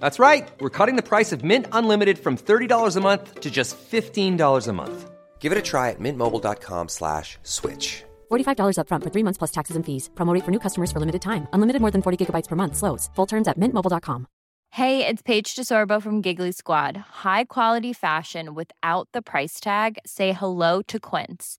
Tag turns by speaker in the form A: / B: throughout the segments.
A: That's right. We're cutting the price of Mint Unlimited from $30 a month to just $15 a month. Give it a try at mintmobile.com slash switch.
B: $45 upfront for three months plus taxes and fees. Promo rate for new customers for limited time. Unlimited more than 40 gigabytes per month. Slows. Full terms at mintmobile.com.
C: Hey, it's Paige DeSorbo from Giggly Squad. High quality fashion without the price tag. Say hello to Quince.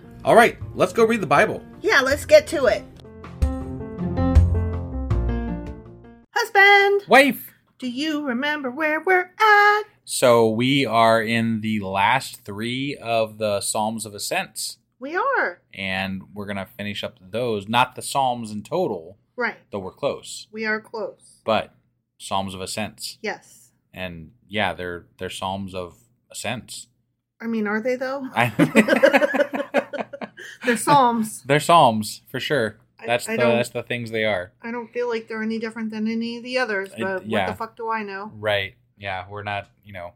D: All right, let's go read the Bible.
E: Yeah, let's get to it. Husband,
D: Wife!
E: do you remember where we're at?
D: So we are in the last three of the Psalms of Ascents,
E: We are.
D: and we're going to finish up those. Not the Psalms in total,
E: Right.
D: though we're close,
E: We are close.
D: but Psalms of Ascents.
E: Yes.
D: And yeah, they're they're Psalms of Ascents.
E: I mean, are they though?
D: I-
E: They're Psalms.
D: they're Psalms for sure.
E: I-
D: That's
E: I
D: the
E: don't-
D: that's the things they are.
E: I don't feel like they're any different than any of the others,
D: I-
E: but what
D: yeah.
E: the fuck do I know?
D: Right. Yeah, we're not, you know,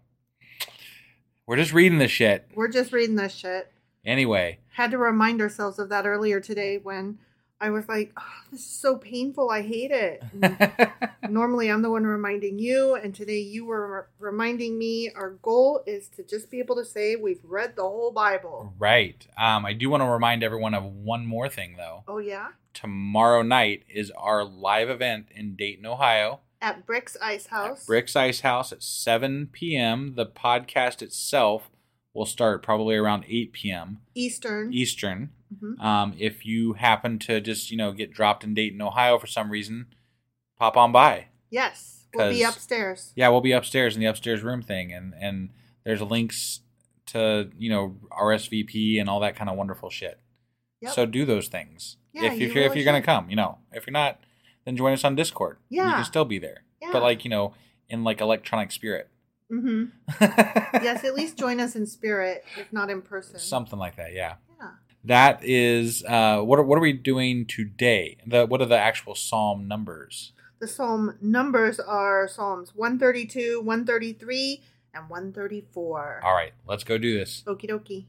D: we're just reading this shit.
E: We're just reading this shit.
D: Anyway,
E: Had to remind ourselves of that earlier today when I was like, oh, this is so painful. I hate it. And Normally, I'm the one reminding you, and today you were re- reminding me. Our goal is to just be able to say we've read the whole Bible.
D: right. Um, I do want to remind everyone of one more thing though.
E: Oh, yeah?
D: Tomorrow night is our live event in Dayton, Ohio.
E: At Brick's Ice House.
D: At Brick's Ice House at 7 p.m. The podcast itself will start probably around 8 p.m.
E: Eastern.
D: E-, Eastern.
E: Mhm.
D: Um, if you happen to just, you know, get dropped in Dayton, Ohio for some reason, pop on by.
E: Yes. We'll be
D: 'Cause-
E: upstairs.
D: Yeah, we'll be upstairs in the upstairs room thing, and and there's links to you know RSVP and all that kind of wonderful shit.
E: Yep.
D: So do those things
E: Yeah,
D: if you're
E: you
D: here, if
E: really
D: you're gonna
E: should.
D: come. You know, if you're not, then join us on Discord. you
E: Yeah.
D: can still be there.
E: Yeah.
D: But like you know, in like electronic spirit.
E: Mm-hmm. Yes, at least join us in spirit, if not in person.
D: Something like that, yeah.
E: yeah.
D: That is uh, what are, what are we doing today? The what are the actual psalm numbers?
E: The psalm numbers are Psalms 132, 133, and 134.
D: All right, let's go do this.
E: Okie dokie.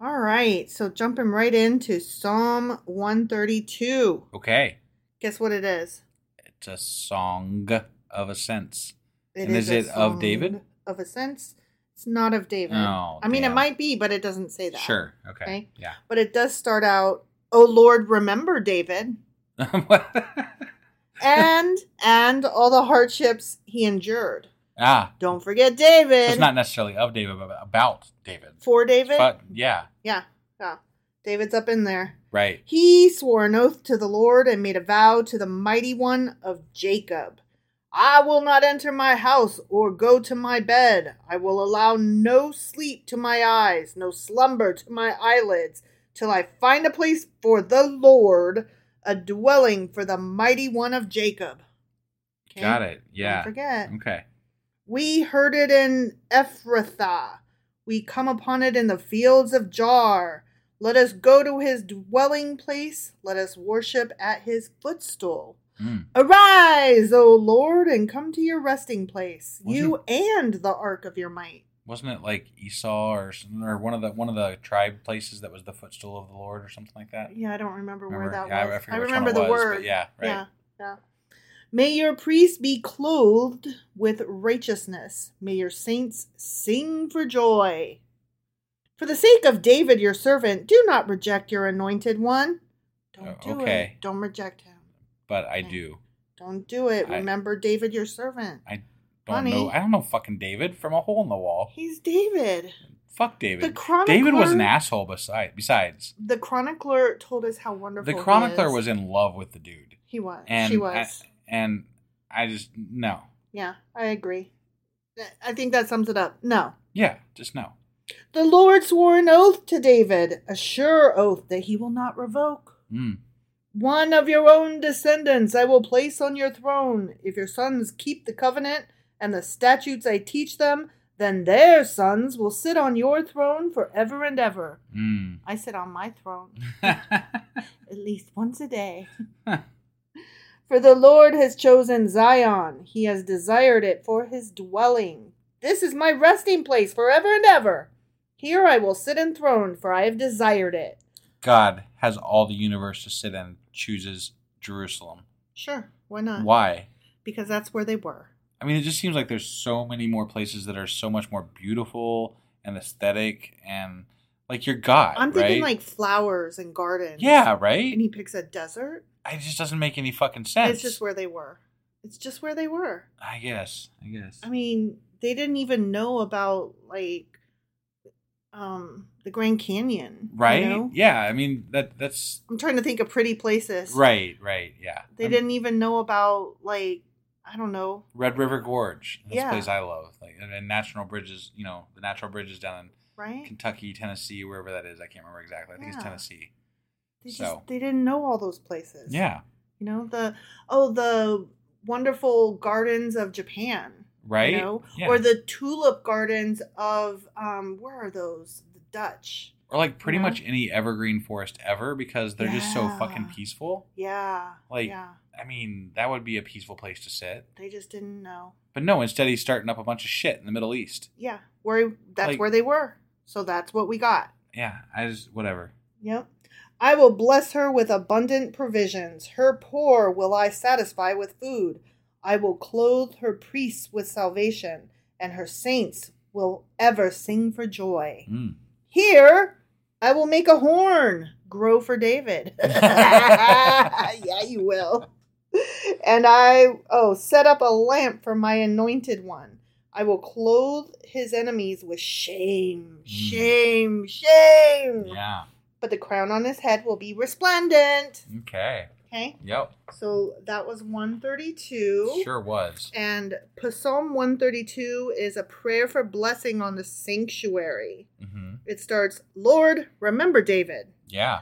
E: All right, so jumping right into Psalm 132.
D: Okay,
E: Guess what it is?
D: it's a song of ascents.
E: It
D: And is
E: a
D: it of David?
E: song Of a sense. It's not of David.
D: Oh,
E: I mean,
D: damn.
E: it might be, but it doesn't say that.
D: Sure. Okay.
E: Okay.
D: Yeah.
E: But it does start out, Oh Lord, remember David and and all the hardships he endured.
D: ah,
E: Don't forget
D: so
E: David.
D: it's not necessarily of David, but about David.
E: for David.
D: But yeah,
E: yeah. Yeah. David's up in there.
D: right.
E: He swore an oath to the Lord and made a vow to the mighty one of Jacob. I will not enter my house or go to my bed. I will allow no sleep to my eyes, no slumber to my eyelids, till I find a place for the Lord, a dwelling for the mighty one of Jacob. Okay?
D: Got it. Yeah.
E: Don't forget.
D: Okay.
E: We heard it in Ephrathah. We come upon it in the fields of Jar. Let us go to his dwelling place. Let us worship at his footstool.
D: Mm.
E: Arise, O Lord, and come to your resting place,
D: Wasn't-
E: you and the ark of your might.
D: Wasn't it like Esau or some- or one of the one of the tribe places that was the footstool of the Lord or something like that?
E: Yeah, I don't remember, where that
D: Remember- yeah, I- I
E: was.
D: forget
E: I,
D: which one
E: remember
D: it
E: the
D: was, but
E: word.
D: yeah, right.
E: yeah, yeah. May your priests be clothed with righteousness. May your saints sing for joy. For the sake of David, your servant, do not reject your anointed one.
D: Oh,
E: Don't do
D: okay.
E: it. Don't reject him.
D: But I
E: Yeah.
D: do.
E: Don't do it.
D: I-
E: Remember David, your servant.
D: I don't
E: Honey.
D: know. I don't know fucking David from a hole in the wall.
E: He's David.
D: Fuck David.
E: The chronicler-
D: David was an asshole. Beside, besides,
E: The chronicler told us how wonderful
D: the chronicler
E: he is.
D: was in love with the dude,
E: He was.
D: and
E: she
D: I-
E: was.
D: and I just no.
E: yeah, I agree. Th- I think that sums it up. No.
D: Yeah, just no.
E: The Lord swore an oath to David, a sure oath that he will not revoke.
D: Mm.
E: One of your own descendants I will place on your throne. If your sons keep the covenant and the statutes I teach them, then their sons will sit on your throne forever and ever.
D: Mm.
E: I sit on my throne at least once a day. for the Lord has chosen Zion, he has desired it for his dwelling. This is my resting place forever and ever. Here I will sit enthroned, for I have desired it.
D: God has all the universe to sit in, chooses Jerusalem.
E: Sure, why not?
D: Why?
E: Because that's where they were.
D: I mean, it just seems like there's so many more places that are so much more beautiful and aesthetic and like your God.
E: I'm thinking
D: right?
E: like flowers and gardens.
D: yeah, right.
E: And he picks a desert.
D: it just doesn't make any fucking sense.
E: It's just where they were. It's just where they were.
D: I guess. I guess.
E: I mean, they didn't even know about like um the Grand Canyon. you
D: right?
E: know?
D: Yeah. I mean that. That's
E: I'm trying to think of pretty places.
D: right. Right. Yeah.
E: They
D: I'm-
E: didn't even know about like I don't know.
D: Red River Gorge. That's
E: Yeah.
D: a place I love. Like and, and National Bridges. You know the natural bridges down in
E: Right?
D: Kentucky, Tennessee, wherever that is. I can't remember exactly. I think
E: Yeah.
D: it's Tennessee.
E: They just
D: So.
E: they didn't know all those places.
D: Yeah.
E: You know, the oh the wonderful gardens of Japan.
D: Right?
E: You know?
D: Yeah.
E: Or the tulip gardens of um where are those? The Dutch.
D: Or like pretty
E: You know?
D: much any evergreen forest ever because they're just so
E: Yeah.
D: fucking peaceful.
E: Yeah.
D: Like-
E: yeah.
D: I mean, that would be a peaceful place to sit.
E: They just didn't know.
D: But no, instead he's starting up a bunch of shit in the Middle East.
E: Yeah. Where that's
D: Like-
E: where they were. So that's what we got.
D: Yeah, I just whatever.
E: Yep. I will bless her with abundant provisions. Her poor will I satisfy with food. I will clothe her priests with salvation, and her saints will ever sing for joy.
D: Mm.
E: Here I will make a horn grow for David. yeah, you will. And I, oh, set up a lamp for my anointed one. I will clothe his enemies with shame, shame, shame
D: Yeah.
E: but the crown on his head will be resplendent.
D: Okay.
E: Okay.
D: Yep.
E: So that was 132.
D: Sure was.
E: And Psalm 132 is a prayer for blessing on the sanctuary.
D: hmm
E: It starts, Lord, remember David.
D: Yeah.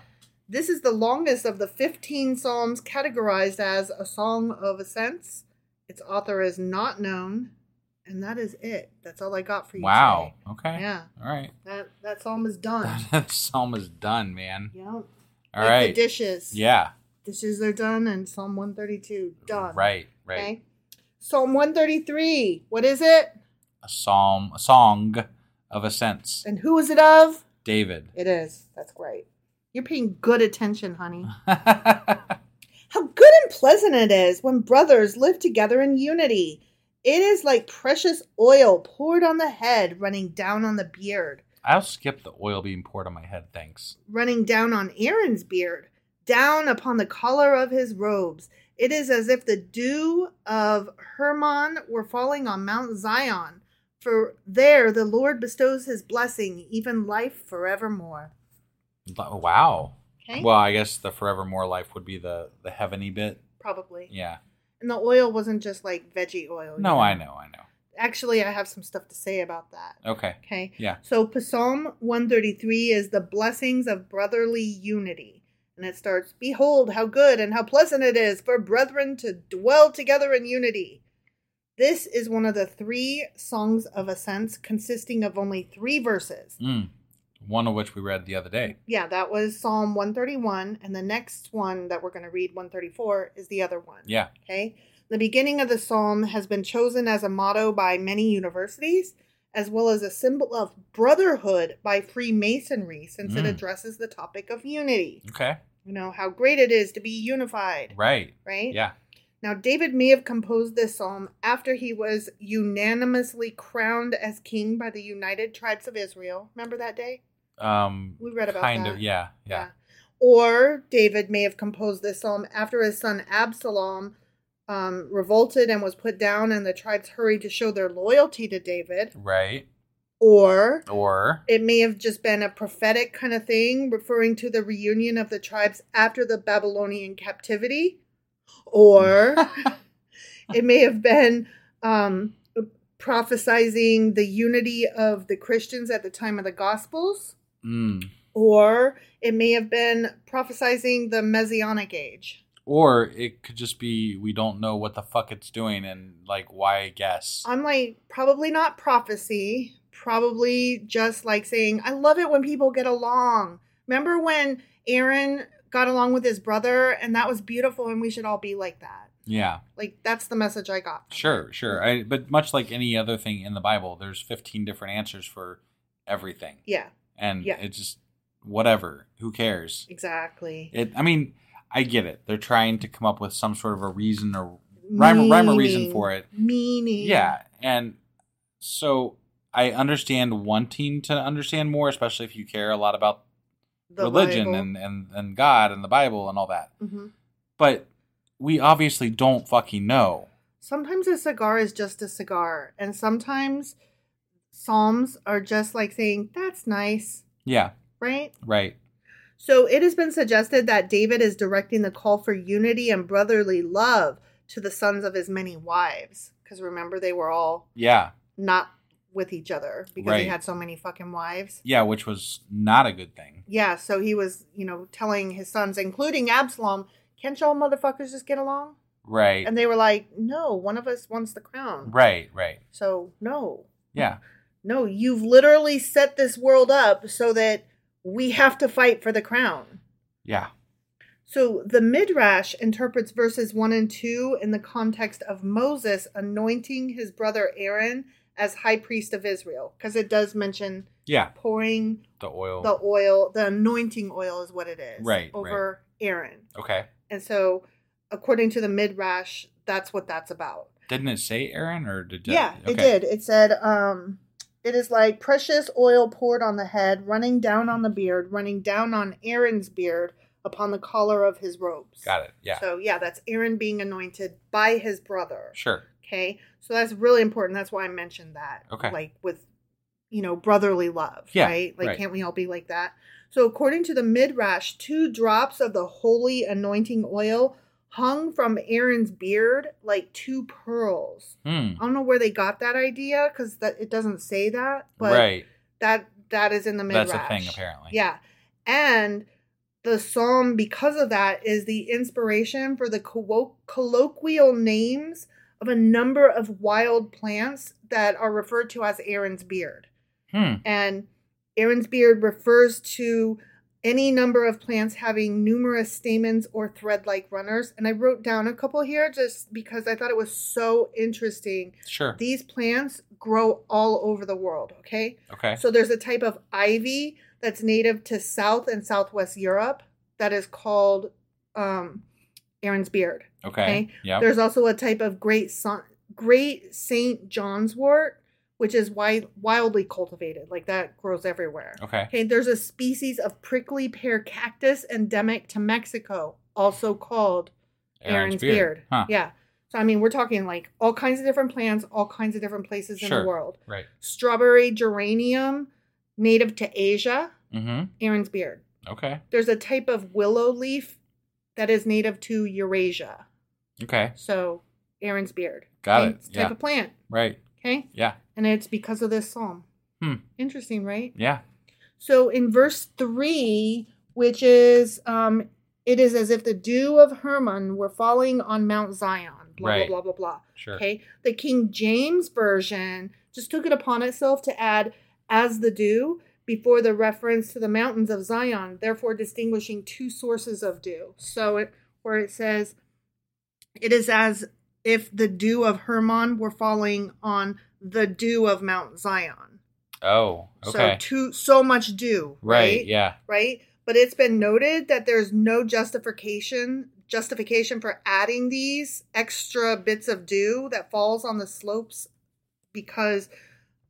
E: This is the longest of the 15 psalms categorized as a song of ascents. Its author is not known, and that is it. That's all I got for you.
D: Wow.
E: today.
D: Okay.
E: Yeah.
D: All right.
E: That that psalm is done.
D: that psalm is done, man.
E: yeah. All
D: All
E: like
D: right.
E: The dishes.
D: Yeah.
E: Dishes are done, and Psalm 132 done.
D: Right. Right.
E: Okay. Psalm 133. What is it?
D: A psalm, a song of ascents.
E: And who is it of?
D: David.
E: It is. That's great. You're paying good attention, honey.
D: yeah.
E: How good and pleasant it is when brothers live together in unity. It is like precious oil poured on the head, running down on the beard,
D: I'll skip the oil being poured on my head. Thanks.
E: running down on Aaron's beard, down upon the collar of his robes. It is as if the dew of Hermon were falling on Mount Zion, for there the Lord bestows his blessing, even life forevermore.
D: But- oh, Wow.
E: Okay?
D: Well, I guess the forevermore life would be the the heaveny bit.
E: Probably.
D: Yeah.
E: And the oil wasn't just like veggie oil. you
D: No, I know. I know.
E: Actually, I have some stuff to say about that.
D: Okay.
E: Okay.
D: Yeah.
E: So Psalm 133 is the blessings of brotherly unity. And it starts, Behold how good and how pleasant it is for brethren to dwell together in unity. This is one of the three songs of ascents consisting of only three verses.
D: Mm. One of which we read the other day.
E: Yeah, that was Psalm 131. And the next one that we're going to read, 134, is the other one.
D: Yeah.
E: Okay. The beginning of the psalm has been chosen as a motto by many universities, as well as a symbol of brotherhood by Freemasonry, since it
D: Mm.
E: addresses the topic of unity.
D: Okay.
E: You know, how great it is to be unified,
D: Right.
E: right?
D: Yeah.
E: Now, David may have composed this psalm after he was unanimously crowned as king by the United Tribes of Israel. Remember that day?
D: Um.
E: We read about
D: kind
E: that.
D: of. Yeah. Yeah.
E: Or David may have composed this psalm after his son Absalom um, revolted and was put down, and the tribes hurried to show their loyalty to David.
D: Right.
E: Or
D: Or.
E: it may have just been a prophetic kind of thing, referring to the reunion of the tribes after the Babylonian captivity. Or it may have been um, prophesizing the unity of the Christians at the time of the Gospels
D: Mm.
E: or it may have been prophesizing the messianic age.
D: Or it could just be we don't know what the fuck it's doing and like why guess.
E: I'm like, probably not prophecy, probably just like saying, I love it when people get along. Remember when Aaron got along with his brother and that was beautiful and we should all be like that.
D: yeah.
E: Like that's the message I got. from
D: Sure, sure. I, but much like any other thing in the Bible, there's 15 different answers for everything.
E: it. Yeah,
D: And
E: Yeah.
D: it's just whatever. Who cares?
E: exactly.
D: It. I mean, I get it. They're trying to come up with some sort of a reason or rhyme, rhyme or reason
E: Meaning.
D: for it.
E: Meaning.
D: Yeah. And so I understand wanting to understand more, especially if you care a lot about
E: the
D: religion
E: Bible.
D: and, and, and God and the Bible and all that.
E: Mhm.
D: But we obviously don't fucking know.
E: sometimes a cigar is just a cigar, and sometimes psalms are just like saying, That's nice,
D: Yeah.
E: right?
D: Right.
E: So it has been suggested that David is directing the call for unity and brotherly love to the sons of his many wives. Because remember, they were all
D: Yeah.
E: not with each other because
D: Right.
E: he had so many fucking wives.
D: Yeah, which was not a good thing.
E: Yeah, so he was, you know, telling his sons, including Absalom, can't y'all motherfuckers just get along?
D: Right.
E: And they were like, no, one of us wants the crown.
D: right, right.
E: So, no,
D: Yeah.
E: no, you've literally set this world up so that we have to fight for the crown.
D: Yeah.
E: So the Midrash interprets verses 1 and 2 in the context of Moses anointing his brother Aaron as high priest of Israel, because it does mention
D: Yeah.
E: pouring
D: The oil.
E: the oil, the anointing oil is what it is,
D: Right,
E: over Aaron.
D: okay.
E: And so, according to the Midrash, that's what that's about.
D: Didn't it say Aaron or did
E: yeah,
D: okay.
E: it did. It said, um, it is like precious oil poured on the head, running down on the beard, running down on Aaron's beard upon the collar of his robes.
D: Got it. Yeah.
E: So yeah, that's Aaron being anointed by his brother.
D: sure.
E: Okay. So that's really important. That's why I mentioned that.
D: Okay.
E: Like with you know, brotherly love,
D: Yeah,
E: right? Like,
D: right.
E: can't we all be like that? So, according to the Midrash, two drops of the holy anointing oil hung from Aaron's beard like two pearls.
D: Hmm.
E: I don't know where they got that idea because that it doesn't say that, but
D: right.
E: that that is in the Midrash.
D: That's a thing, apparently.
E: Yeah. And the psalm, because of that, is the inspiration for the collo- colloquial names of a number of wild plants that are referred to as Aaron's beard.
D: Hmm.
E: And Aaron's beard refers to any number of plants having numerous stamens or thread like runners. And I wrote down a couple here just because I thought it was so interesting.
D: Sure.
E: These plants grow all over the world, okay?
D: okay.
E: So there's a type of ivy that's native to South and Southwest Europe that is called um, Aaron's beard.
D: okay. Yep.
E: There's also a type of great Sa- great Saint John's wort, which is wi- wildly cultivated. Like that grows everywhere.
D: Okay.
E: Okay. There's a species of prickly pear cactus endemic to Mexico, also called Aaron's, beard.
D: Huh.
E: Yeah. So I mean, we're talking like all kinds of different plants, all kinds of different places in
D: Sure.
E: the world
D: Right.
E: strawberry geranium native to Asia,
D: Mm-hmm.
E: Aaron's beard.
D: Okay.
E: There's a type of willow leaf that is native to Eurasia.
D: Okay.
E: So Aaron's beard.
D: Got
E: Okay?
D: it.
E: It's a type
D: Yeah.
E: of plant.
D: Right.
E: Okay.
D: Yeah.
E: And it's because of this psalm.
D: Hmm.
E: Interesting, right?
D: Yeah.
E: So in verse three, which is um, it is as if the dew of Hermon were falling on Mount Zion. Blah
D: Right.
E: blah blah blah blah.
D: Sure.
E: Okay. The King James version just took it upon itself to add as the dew before the reference to the mountains of Zion, therefore distinguishing two sources of dew. So it where it says it is as if the dew of Hermon were falling on the dew of Mount Zion.
D: Oh. Okay.
E: So too so much dew.
D: right. Yeah.
E: Right. But it's been noted that there's no justification justification for adding these extra bits of dew that falls on the slopes because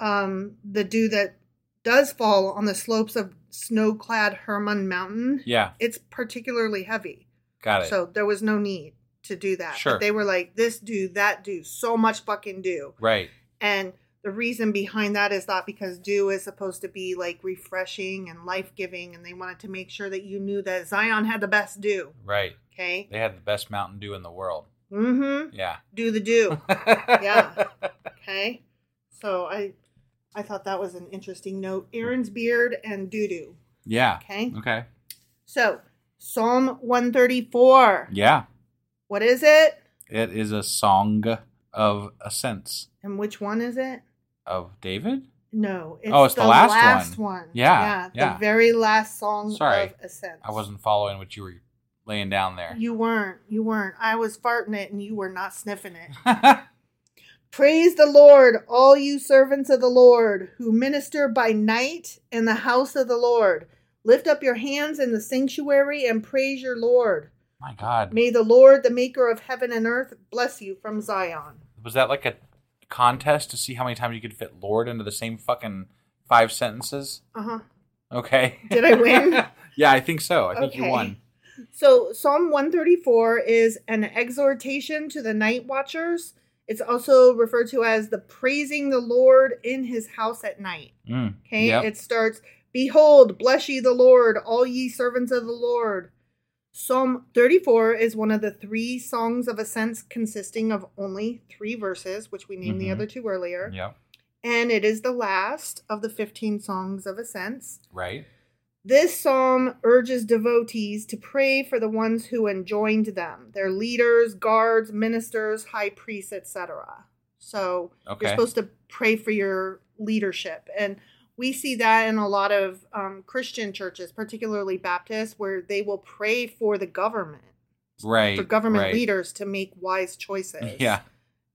E: um, the dew that does fall on the slopes of snow-clad Hermon Mountain,
D: Yeah.
E: it's particularly heavy.
D: Got it.
E: So there was no need to do that.
D: Sure.
E: But they were like, this do, that do, so much fucking do.
D: right.
E: And the reason behind that is that because dew is supposed to be like refreshing and life giving, and they wanted to make sure that you knew that Zion had the best dew.
D: Right.
E: Okay.
D: They had the best Mountain Dew in the world.
E: Mm hmm.
D: Yeah.
E: Do the dew. yeah. Okay. So I. I thought that was an interesting note. Aaron's beard and doo doo.
D: Yeah.
E: Okay.
D: Okay.
E: So, Psalm 134.
D: Yeah.
E: What is it?
D: It is a song of ascents
E: And which one is it?
D: of David.
E: No, it's,
D: Oh, it's the last one. Yeah,
E: the
D: yeah.
E: very last song
D: Sorry.
E: of Ascent.
D: I wasn't following what you were laying down there.
E: You weren't. You weren't. I was farting it, and you were not sniffing it. Praise the Lord, all you servants of the Lord who minister by night in the house of the Lord. Lift up your hands in the sanctuary and praise your Lord.
D: My God.
E: May the Lord, the maker of heaven and earth, bless you from Zion.
D: Was that like a contest to see how many times you could fit Lord into the same fucking five sentences?
E: Uh huh.
D: Okay.
E: Did I win?
D: yeah, I think so. I think you
E: Okay.
D: won.
E: So Psalm 134 is an exhortation to the night watchers. It's also referred to as the praising the Lord in his house at night.
D: Mm.
E: Okay?
D: Yep.
E: It starts, "Behold, bless ye the Lord, all ye servants of the Lord." Psalm 34 is one of the three songs of ascents consisting of only three verses, which we named the
D: Mhm.
E: other two earlier.
D: Yep.
E: And it is the last of the 15 songs of ascents.
D: Right.
E: This psalm urges devotees to pray for the ones who enjoined them, their leaders, guards, ministers, high priests, etc. So
D: Okay.
E: you're supposed to pray for your leadership. And we see that in a lot of um, Christian churches, particularly Baptists, where they will pray for the government,
D: Right.
E: for government
D: right.
E: leaders to make wise choices.
D: Yeah.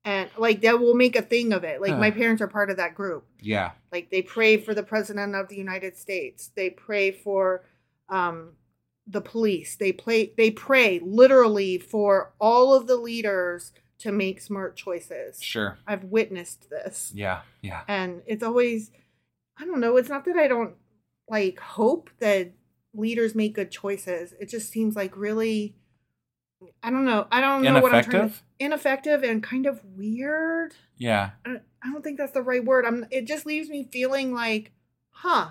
E: And like that will make a thing of it. Like
D: Huh.
E: my parents are part of that group
D: Yeah.
E: like they pray for the president of the united states they pray for um the police they play they pray literally for all of the leaders to make smart choices
D: Sure.
E: i've witnessed this
D: Yeah. Yeah.
E: and it's always i don't know it's not that i don't like hope that leaders make good choices it just seems like really i don't know i don't know what i'm trying to
D: Ineffective?
E: ineffective and kind of weird
D: Yeah.
E: I- I don't think that's the right word. I'm it just leaves me feeling like, huh.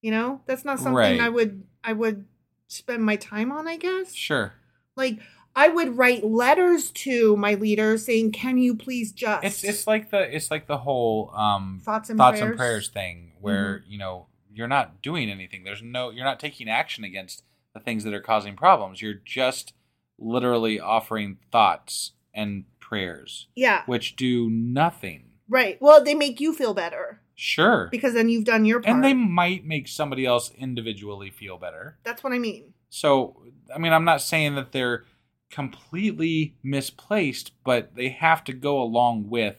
E: You know, that's not something
D: Right.
E: I would I would spend my time on, I guess.
D: Sure.
E: Like I would write letters to my leaders saying, "Can you please just
D: It's it's like the it's like the whole um
E: Thoughts and
D: thoughts
E: prayers. Mm-hmm.
D: and prayers thing where, you know, you're not doing anything. There's no you're not taking action against the things that are causing problems. You're just literally offering thoughts and prayers
E: yeah,
D: which do nothing.
E: right. Well, they make you feel better
D: Sure.
E: because then you've done your part.
D: and they might make somebody else individually feel better.
E: that's what I mean.
D: So, I mean, I'm not saying that they're completely misplaced, but they have to go along with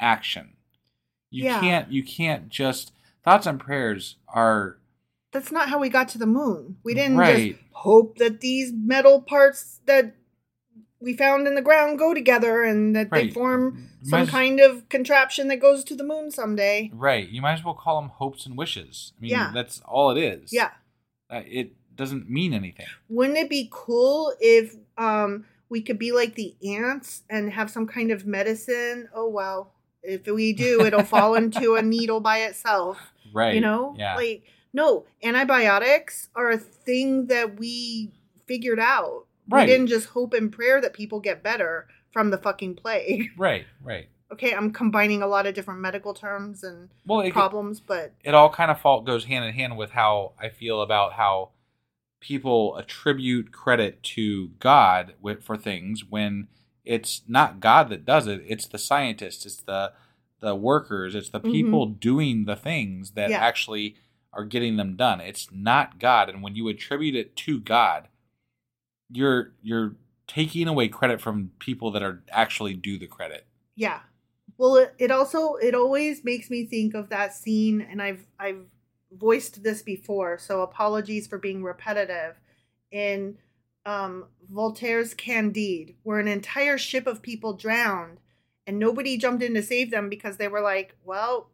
D: action. You
E: Yeah.
D: can't you can't just thoughts and prayers are
E: That's not how we got to the moon. We didn't
D: Right.
E: just hope that these metal parts that we found in the ground go together and that they
D: Right.
E: form
D: Might
E: some
D: as-
E: kind of contraption that goes to the moon someday.
D: right. You might as well call them hopes and wishes. I mean,
E: Yeah.
D: that's all it is.
E: Yeah.
D: Uh, it doesn't mean anything.
E: Wouldn't it be cool if um we could be like the ants and have some kind of medicine? Oh well, if we do, it'll fall into a needle by itself.
D: Right.
E: You know?
D: Yeah.
E: Like no, antibiotics are a thing that we figured out.
D: Right.
E: We didn't just hope and prayer that people get better from the fucking plague.
D: right. Right.
E: Okay, I'm combining a lot of different medical terms and
D: Well, it,
E: problems, but
D: it all kind of fault goes hand in hand with how I feel about how people attribute credit to God with, for things when it's not God that does it. It's the scientists, it's the the workers, it's the people doing the things that
E: Mm-hmm. Yeah.
D: actually are getting them done. It's not God, and when you attribute it to God, you're you're taking away credit from people that are actually do the credit.
E: Yeah. Well, it, it also it always makes me think of that scene, and I've I've voiced this before, so apologies for being repetitive. In um, Voltaire's Candide, where an entire ship of people drowned, and nobody jumped in to save them because they were like, well,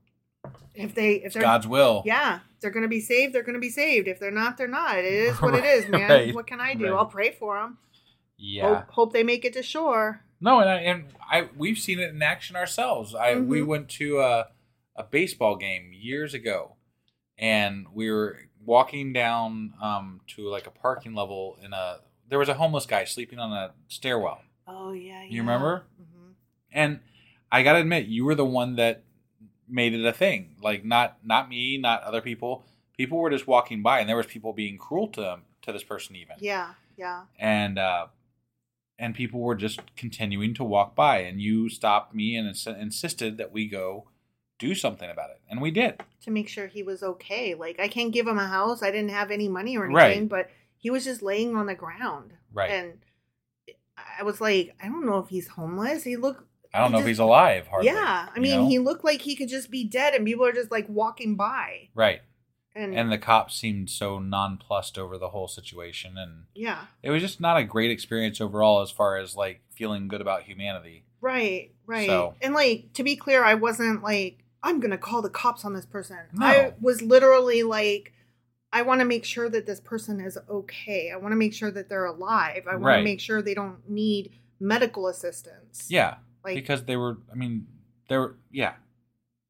E: if they if they're
D: God's will.
E: yeah, if they're gonna be saved, they're gonna be saved. If they're not, they're not. It is what it is, man.
D: Right,
E: What can I do?
D: right.
E: I'll pray for them.
D: Yeah.
E: Hope, hope they make it to shore.
D: No, and I, and I we've seen it in action ourselves. I we
E: Mhm.
D: went to a, a baseball game years ago, and we were walking down um, to like a parking level in a there was a homeless guy sleeping on a stairwell.
E: Oh yeah,
D: You remember?
E: hmm
D: And I gotta admit, you were the one that made it a thing. Like not not me, not other people. People were just walking by, and there was people being cruel to to this person even
E: Yeah, yeah.
D: and uh, and people were just continuing to walk by, and you stopped me and ins- insisted that we go do something about it, and we did.
E: to make sure he was okay. Like I can't give him a house. I didn't have any money or
D: Right.
E: anything, but he was just laying on the ground.
D: Right.
E: And I was like, I don't know if he's homeless. He looked
D: I don't
E: He
D: know
E: just-
D: if he's alive. Hardly.
E: Yeah. I
D: you
E: mean,
D: know?
E: he looked like he could just be dead and people are just like walking by.
D: right,
E: And,
D: and the cops seemed so nonplussed over the whole situation, and
E: yeah.
D: it was just not a great experience overall as far as like feeling good about humanity.
E: Right, right.
D: So-
E: And like to be clear, I wasn't like I'm going to call the cops on this person.
D: No.
E: I was literally like I want to make sure that this person is okay. I want to make sure that they're alive. I want to
D: Right.
E: make sure they don't need medical assistance.
D: Yeah,
E: Like-
D: because they were. I mean, they were. Yeah,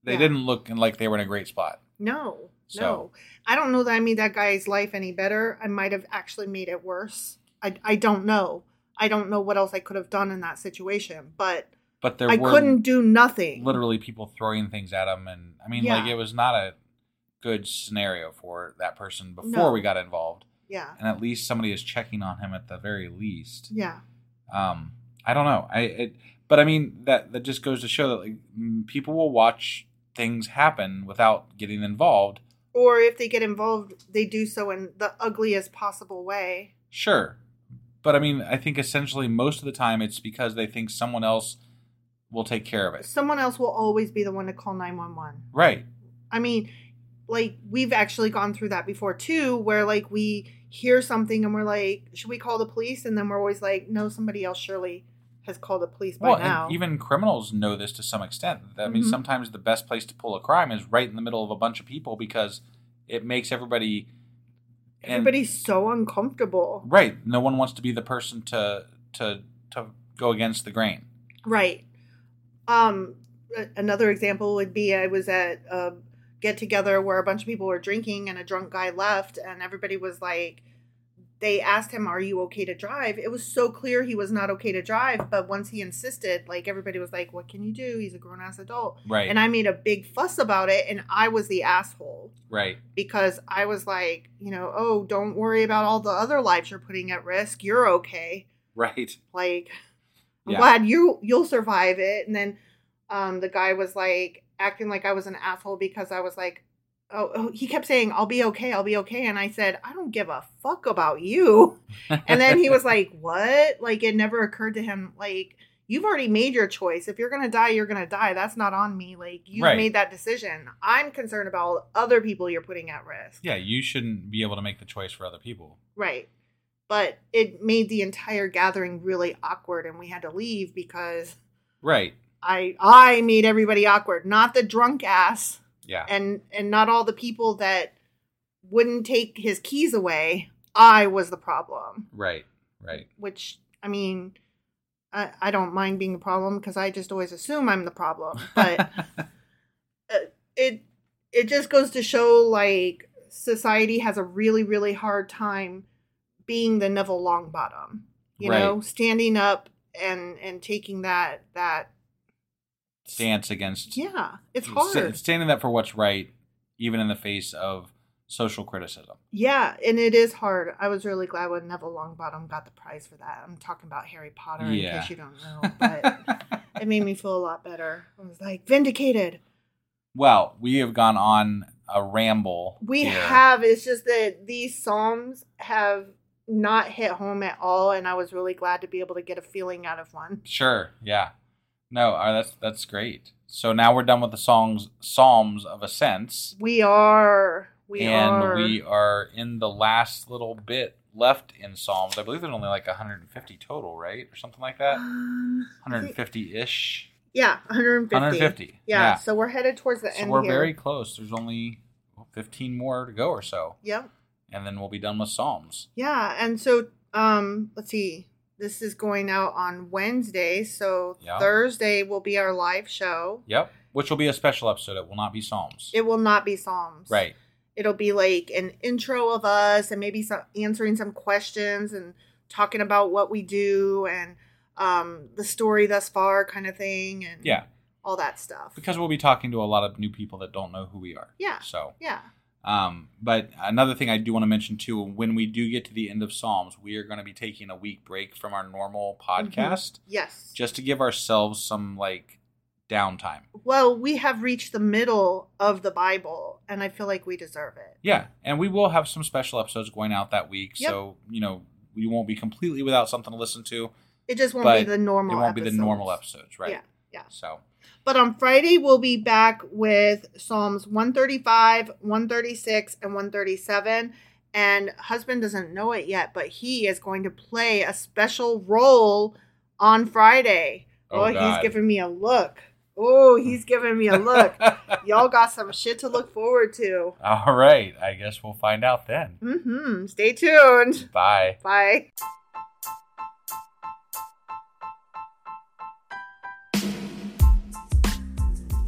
D: they
E: Yeah.
D: didn't look like they were in a great spot.
E: No,
D: So-
E: no. I don't know that I made that guy's life any better. I might have actually made it worse. I, I don't know. I don't know what else I could have done in that situation, but
D: But there
E: I
D: were
E: couldn't do nothing.
D: literally people throwing things at him and i mean like
E: Yeah.
D: it was not a good scenario for that person before
E: No.
D: we got involved
E: Yeah.
D: and at least somebody is checking on him at the very least
E: Yeah.
D: um i don't know i it, but i mean that that just goes to show that like m- people will watch things happen without getting involved
E: Or if they get involved, they do so in the ugliest possible way.
D: sure but i mean i think essentially most of the time it's because they think someone else will take care of it
E: Someone else will always be the one to call 911.
D: right
E: I mean, like we've actually gone through that before too, where like we hear something and we're like, should we call the police? And then we're always like, no, somebody else surely has called the police by
D: well,
E: now.
D: and even criminals know this to some extent. I mean,
E: Mhm.
D: sometimes the best place to pull a crime is right in the middle of a bunch of people because it makes everybody and-
E: Everybody's so uncomfortable.
D: right. No one wants to be the person to to to go against the grain.
E: Right. Um, a- another example would be I was at a get together where a bunch of people were drinking and a drunk guy left and everybody was like they asked him are you okay to drive it was so clear he was not okay to drive but once he insisted like everybody was like what can you do he's a grown ass adult
D: Right.
E: and i made a big fuss about it and i was the asshole
D: right.
E: because I was like, you know, oh, don't worry about all the other lives you're putting at risk. You're okay.
D: Right.
E: Like, I'm
D: Yeah.
E: glad you you'll survive it. And then um, the guy was like acting like I was an asshole because I was like, oh, oh, he kept saying, I'll be okay, I'll be okay. And I said, I don't give a fuck about you. And then he was like, what? Like, it never occurred to him, like, you've already made your choice. If you're going to die, you're going to die. That's not on me. Like, you
D: Right.
E: made that decision. I'm concerned about all the other people you're putting at risk.
D: Yeah, you shouldn't be able to make the choice for other people.
E: Right. But it made the entire gathering really awkward and we had to leave because
D: Right.
E: I I made everybody awkward, not the drunk ass
D: Yeah.
E: and and not all the people that wouldn't take his keys away. I was the problem,
D: Right. Right.
E: which I mean I, I don't mind being the problem because I just always assume I'm the problem, but it it just goes to show like society has a really really hard time being the Neville Longbottom, you know,
D: Right.
E: standing up and and taking that that
D: Stance against
E: yeah, it's
D: sta-
E: hard.
D: standing up for what's right, even in the face of social criticism.
E: yeah, and it is hard. I was really glad when Neville Longbottom got the prize for that. I'm talking about Harry Potter
D: Yeah.
E: in case you don't know, Oh, but it made me feel a lot better. I was like vindicated.
D: Well, we have gone on a ramble.
E: We
D: here.
E: have. It's just that these psalms have not hit home at all, and I was really glad to be able to get a feeling out of one.
D: Sure. Yeah. No, uh, that's that's great. So now we're done with the songs, psalms of ascents,
E: We are. We
D: and
E: are.
D: we are in the last little bit left in psalms. I believe there's only like 150 total, right, or something like that.
E: Um, I think-
D: 150 ish.
E: Yeah, 150.
D: 150,
E: Yeah,
D: yeah.
E: So we're headed towards the
D: So
E: end
D: we're
E: here.
D: very close. There's only 15 more to go or so,
E: Yep.
D: and then we'll be done with psalms.
E: Yeah, and so um, let's see. This is going out on Wednesday, so
D: Yeah.
E: Thursday will be our live show.
D: Yep. Which will be a special episode. It will not be psalms.
E: It will not be Psalms.
D: right.
E: it'll be like an intro of us and maybe some answering some questions and talking about what we do and um, the story thus far kind of thing and
D: Yeah.
E: all that stuff
D: Because we'll be talking to a lot of new people that don't know who we are.
E: Yeah.
D: So.
E: yeah
D: Um, but another thing I do want to mention too, when we do get to the end of Psalms, we are going to be taking a week break from our normal
E: Mm-hmm.
D: podcast
E: yes
D: just to give ourselves some like downtime.
E: well we have reached the middle of the bible and i feel like we deserve it
D: Yeah, and we will have some special episodes going out that week,
E: Yep.
D: so you know we won't be completely without something to listen to.
E: it just won't
D: but
E: be the normal
D: It won't be the
E: episodes.
D: normal episodes, right?
E: yeah yeah
D: So
E: but on friday we'll be back with psalms 135 136 and 137 and husband doesn't know it yet but he is going to play a special role on friday
D: Oh,
E: oh,
D: God.
E: he's giving me a look oh he's giving me a look y'all got some shit to look forward to
D: all right, I guess we'll find out then.
E: mm-hmm stay tuned
D: Bye.
E: bye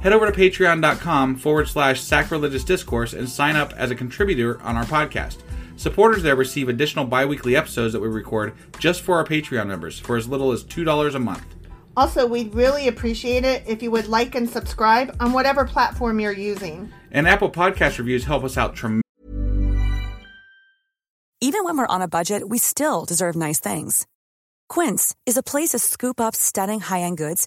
D: Head over to patreon.com forward slash sacrilegious discourse and sign up as a contributor on our podcast. Supporters there receive additional bi weekly episodes that we record just for our Patreon members for as little as $2 a month.
E: Also, we'd really appreciate it if you would like and subscribe on whatever platform you're using.
D: And Apple Podcast reviews help us out tremendously.
B: Even when we're on a budget, we still deserve nice things. Quince is a place to scoop up stunning high end goods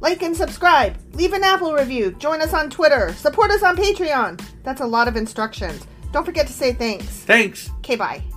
E: Like and subscribe. Leave an Apple review. Join us on Twitter. Support us on Patreon. That's a lot of instructions. Don't forget to say thanks.
D: Thanks.
E: Okay, bye.